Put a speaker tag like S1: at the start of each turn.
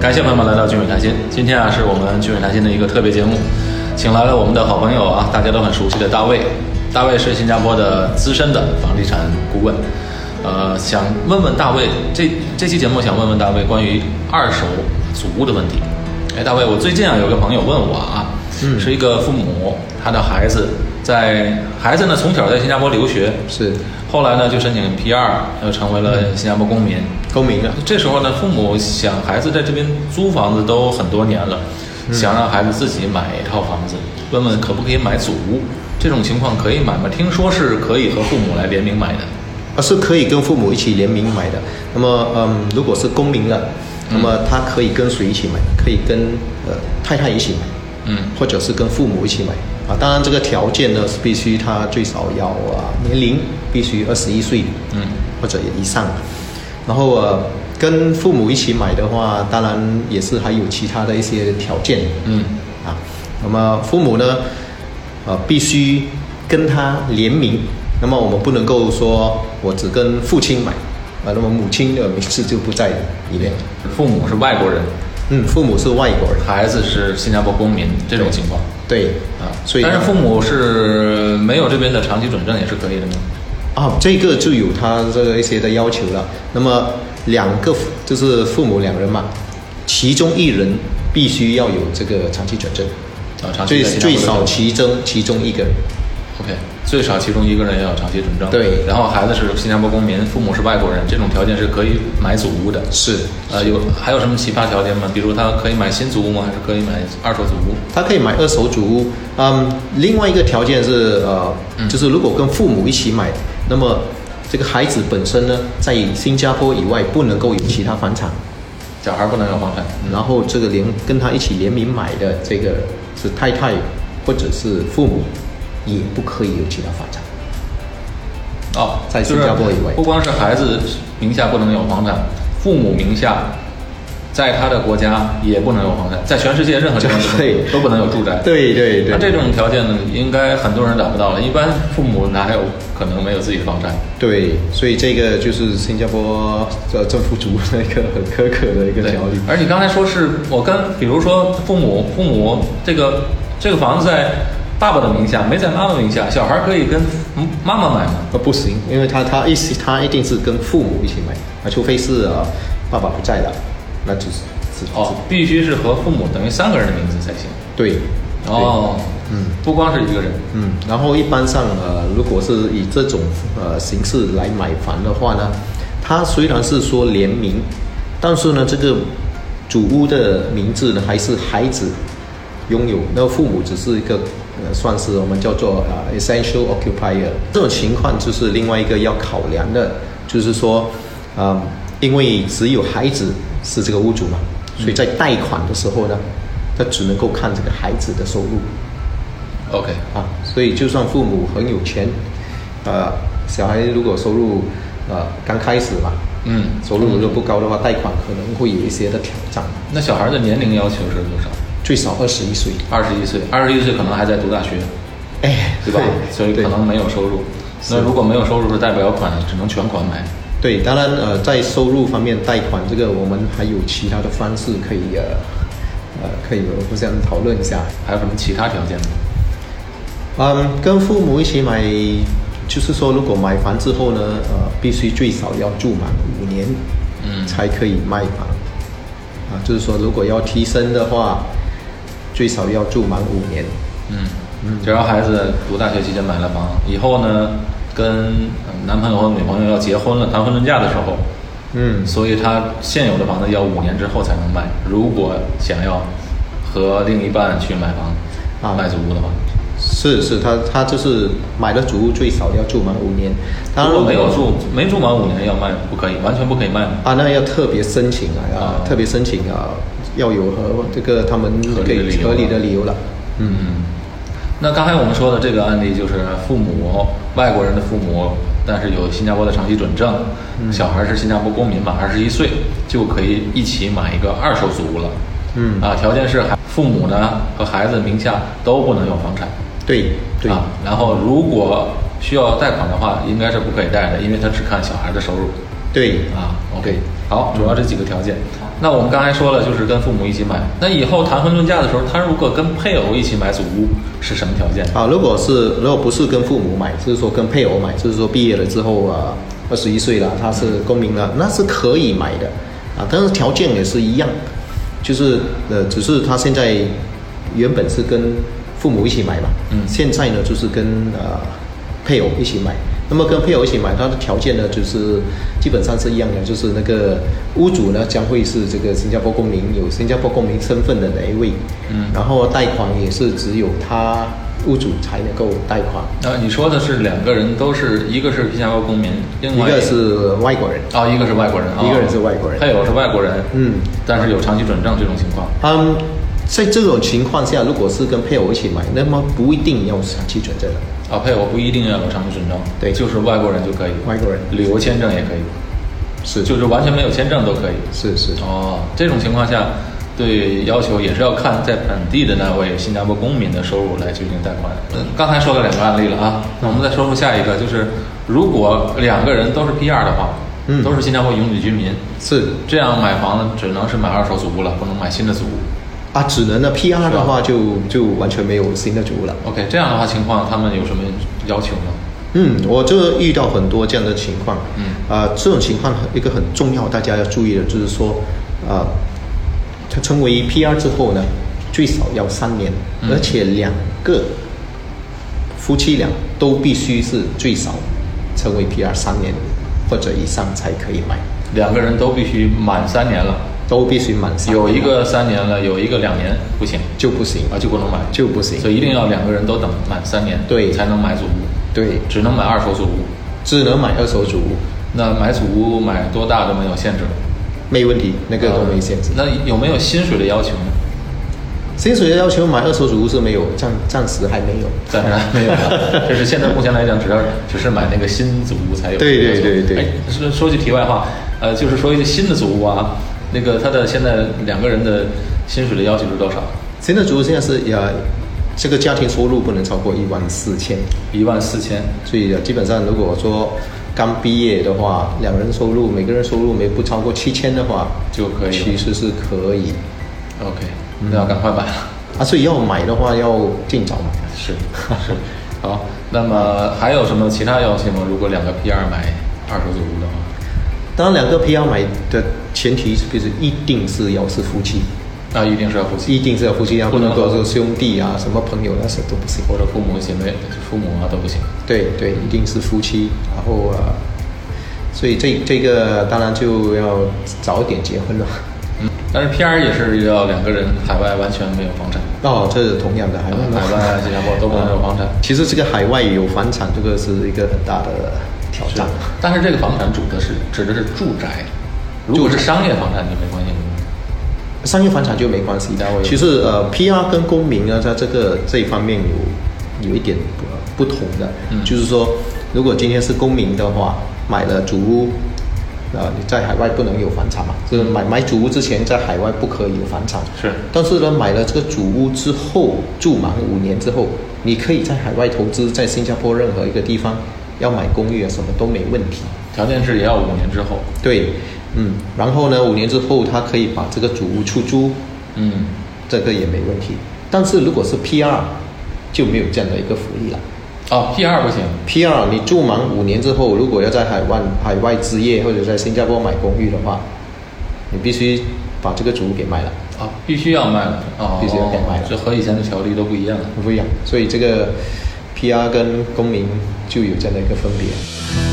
S1: 感谢朋友们来到聚美谈心。今天啊，是我们聚美谈心的一个特别节目，请来了我们的好朋友啊，大家都很熟悉的大卫。大卫是新加坡的资深的房地产顾问。呃，想问问大卫，这这期节目想问问大卫关于二手祖屋的问题。哎，大卫，我最近啊有个朋友问我啊，
S2: 嗯
S1: 是一个父母，他的孩子在孩子呢从小在新加坡留学，
S2: 是
S1: 后来呢就申请 P 二，又成为了新加坡公民。
S2: 公民啊，
S1: 这时候呢，父母想孩子在这边租房子都很多年了，
S2: 嗯
S1: 想让孩子自己买一套房子，问问可不可以买祖屋？这种情况可以买吗？听说是可以和父母来联名买的。
S2: 啊是可以跟父母一起联名买的。那么，嗯，如果是公民的，那么他可以跟谁一起买？可以跟呃太太一起买，
S1: 嗯
S2: 或者是跟父母一起买啊。当然，这个条件呢是必须他最少要啊年龄必须二十一岁，
S1: 嗯
S2: 或者以上。然后呃，跟父母一起买的话，当然也是还有其他的一些条件，
S1: 嗯
S2: 啊，那么父母呢，呃，必须跟他联名。那么我们不能够说我只跟父亲买，啊，那么母亲的名字就不在里面。
S1: 父母是外国人，
S2: 嗯，父母是外国人，
S1: 孩子是新加坡公民，这种情况
S2: 对
S1: 啊，
S2: 所以
S1: 但是
S2: 呢
S1: 父母是没有这边的长期准证也是可以的吗？
S2: 啊，这个就有他这个一些的要求了。那么两个父就是父母两人嘛，其中一人必须要有这个长期转正，
S1: 啊，长期
S2: 最
S1: 在新加坡
S2: 最
S1: 的
S2: 少其中其中一个人。
S1: OK，最少其中一个人要有长期准证。
S2: 对
S1: 然后孩子是新加坡公民，父母是外国人，这种条件是可以买祖屋的。
S2: 是
S1: 呃，有还有什么奇葩条件吗？比如他可以买新祖屋吗？还是可以买二手祖屋？
S2: 他可以买二手主屋。嗯，另外一个条件是呃，就是如果跟父母一起买，那么这个孩子本身呢，在新加坡以外不能够有其他房产，
S1: 小孩不能有房产。
S2: 然后这个联跟他一起联名买的这个是太太或者是父母，也不可以有其他房产。
S1: 哦，
S2: 在新加坡以
S1: 就
S2: 外
S1: 是不光是孩子名下不能有房产，父母名下。在他的国家也不能有房产，在全世界任何地方都不能
S2: 对
S1: 都不能有住宅。
S2: 对对对
S1: 那这种条件呢，应该很多人达不到了。一般父母哪有可能没有自己的房产？
S2: 对，所以这个就是新加坡呃政府主屋的一个很苛刻的一个
S1: 对
S2: 条例。
S1: 而且刚才说是我跟，比如说父母，父母这个这个房子在爸爸的名下，没在妈妈名下，小孩可以跟嗯妈妈买吗？
S2: 呃，不行，因为他他一起他一定是跟父母一起买，啊，除非是呃爸爸不在了，那就是只
S1: 哦，必须是和父母等于三个人的名字才行。
S2: 对，
S1: 哦，
S2: 嗯，
S1: 不光是一个人。
S2: 嗯，然后一般上呃，如果是以这种呃形式来买房的话呢，它虽然是说联名，但是呢，这个主屋的名字呢还是孩子拥有，那父母只是一个呃算是我们叫做呃 essential occupier。这种情况就是另外一个要考量的，就是说，嗯，因为只有孩子是这个屋主嘛，所以在贷款的时候呢，他只能够看这个孩子的收入。
S1: OK，
S2: 啊，所以就算父母很有钱，呃，小孩如果收入呃刚开始嘛，
S1: 嗯，
S2: 收入如果不高的话，贷款可能会有一些的挑战，
S1: 那小孩的年龄要求是多少？
S2: 最少二十一岁，
S1: 二十一岁，二十一岁可能还在读大学，
S2: 哎，
S1: 对吧？所以可能没有收入。那如果没有收入是贷不了款，只能全款买。
S2: 对，当然呃，在收入方面，贷款这个我们还有其他的方式可以呃呃可以互相讨论一下。
S1: 还有什么其他条件吗？
S2: 嗯，跟父母一起买，就是说，如果买房之后呢，呃，必须最少要住满五年，
S1: 嗯
S2: 才可以卖房。啊，就是说，如果要提升的话，最少要住满五年。
S1: 嗯，只要孩子读大学期间买了房，以后呢，跟呃男朋友和女朋友要结婚了，谈婚论嫁的时候，
S2: 嗯，
S1: 所以他现有的房子要五年之后才能卖。如果想要和另一半去买房，
S2: 啊
S1: 买祖屋的话，
S2: 是是，他他就是买的主屋最少要住满五年。当然，
S1: 如果
S2: 如果
S1: 没有住没住满五年要卖，不可以，完全不可以卖吗？
S2: 啊，那要特别申请啊，啊
S1: 啊
S2: 特别申请啊，要有和这个他们
S1: 合理的理
S2: 给
S1: 由
S2: 合理
S1: 啊
S2: 的理由了。
S1: 嗯，那刚才我们说的这个案例就是父母外国人的父母，但是有新加坡的长期准证，
S2: 嗯
S1: 小孩是新加坡公民满二十一岁就可以一起买一个二手祖屋了。
S2: 嗯
S1: 啊，条件是孩父母呢和孩子名下都不能有房产。
S2: 对对、
S1: 啊，然后如果需要贷款的话，应该是不可以贷的，因为他只看小孩的收入。
S2: 对
S1: 啊，OK，好，主要这几个条件。那我们刚才说了，就是跟父母一起买。那以后谈婚论嫁的时候，他如果跟配偶一起买祖屋，是什么条件？
S2: 啊，如果是如果不是跟父母买，就是说跟配偶买，就是说毕业了之后啊，二十一岁了，他是公民了，那是可以买的啊，但是条件也是一样，就是呃，只是他现在原本是跟父母一起买嘛，
S1: 嗯
S2: 现在呢就是跟呃配偶一起买。那么跟配偶一起买，它的条件呢，就是基本上是一样的，就是那个屋主呢将会是这个新加坡公民，有新加坡公民身份的哪一位，
S1: 嗯
S2: 然后贷款也是只有他屋主才能够贷款，
S1: 那呃你说的是两个人都是，一个是新加坡公民，另
S2: 一
S1: 外
S2: 个是外国人。
S1: 哦，一个是外国人，哦
S2: 一个人是外国人
S1: 配偶是外国人，
S2: 嗯，
S1: 但是有长期转账这种情况。
S2: 嗯，在这种情况下，如果是跟配偶一起买，那么不一定要长期转正的。
S1: 啊，配偶不一定要有长期转账，
S2: 对
S1: 就是外国人就可以，
S2: 外国人
S1: 旅游签证也可以，
S2: 是
S1: 就是完全没有签证都可以。
S2: 是是
S1: 哦，这种情况下，对要求也是要看在本地的那位新加坡公民的收入来决定贷款。嗯，刚才说了两个案例了啊，那我们再说说下一个，就是如果两个人都是 PR 的话，
S2: 嗯
S1: 都是新加坡永久居民，
S2: 是
S1: 这样买房子只能是买二手祖屋了，不能买新的祖屋。
S2: 啊，只能呢 PR
S1: 是啊
S2: 的话就就完全没有新的主屋了。
S1: OK，这样的话情况他们有什么要求呢？
S2: 嗯，我就遇到很多这样的情况。
S1: 嗯
S2: 呃，这种情况很一个很重要，大家要注意的就是说，呃，它成为 PR 之后呢，最少要三年，
S1: 嗯
S2: 而且两个夫妻俩都必须是最少成为 PR 三年或者以上才可以买，
S1: 两个人都必须满三年了，
S2: 都必须满三年
S1: 有一个三年了，有一个两年不行
S2: 就不行
S1: 啊，就不能买，
S2: 就不行
S1: 所以一定要两个人都等满三年，
S2: 对
S1: 才能买祖屋，
S2: 对，
S1: 只能买二手祖屋。
S2: 只能买二手主屋，
S1: 那买祖屋买多大都没有限制，
S2: 没问题，那个都没限制。
S1: 呃那有没有薪水的要求呢？
S2: 薪水的要求买二手主屋是没有，暂暂时还 没有。
S1: 暂时还 没有啊，这是现在目前来讲，只要只是买那个新祖屋才有这
S2: 对
S1: 个要求。
S2: 对对对
S1: 哎，说说句题外话，呃，就是说一个新的祖屋啊，那个他的现在两个人的薪水的要求是多少？
S2: 新的主屋现在是呃，这个家庭收入不能超过一万四千，
S1: 一万四千。
S2: 所以呃基本上如果说刚毕业的话，两人收入每个人收入没不超过七千的话
S1: 就可以了
S2: 其实是可以
S1: OK，那要赶快买了。
S2: 啊。所以要买的话要尽早买，
S1: 是 是，好，那么还有什么其他要求吗？如果两个 P 二买二手祖屋的话，
S2: 当然两个 PR 买的前提是不是一定是要是夫妻，
S1: 那一定是要夫妻
S2: 一定是要夫妻，要
S1: 不
S2: 不
S1: 能
S2: 能够
S1: 合
S2: 是兄弟啊什么朋友那些都不行。
S1: 或者父母姐妹、父母啊都不行。
S2: 对对，一定是夫妻，然后呃，所以这这个当然就要早点结婚了。
S1: 嗯，但是 P 二也是要两个人海外完全没有房产。
S2: 哦，这是同样的海外
S1: 海外啊新加坡都不能有房产
S2: 其实这个海外有房产，这个是一个很大的挑
S1: 是
S2: 战。
S1: 但是这个房产主的是指的是住宅，如果是商业房产就没关系了。
S2: 商业房产就没关系
S1: 单位。
S2: 其实呃，PR 跟公民啊呢，在这个这一方面有有一点呃不不同的，
S1: 嗯
S2: 就是说，如果今天是公民的话，买了主屋，呃，你在海外不能有房产嘛，就是买买主屋之前在海外不可以有房产。
S1: 是
S2: 但嗯是呢，买了这个主屋之后，住满五年之后，你可以在海外投资，在新加坡任何一个地方，要买公寓啊，什么都没问题。
S1: 条件是也要五年之后。
S2: 对，嗯，然后呢，五年之后，他可以把这个主屋出租，
S1: 嗯，
S2: 这个也没问题。但是如果是 PR，就没有这样的一个福利了。
S1: 哦，P 二不行。
S2: PR 你住满五年之后，如果要在海外海外置业或者在新加坡买公寓的话，你必须把这个主屋给卖了，
S1: 啊，必须要卖了哦，
S2: 必须要给卖了
S1: 这和以前的条例都不一样了。
S2: 不一样。所以这个 PR 跟公民就有这样的一个分别。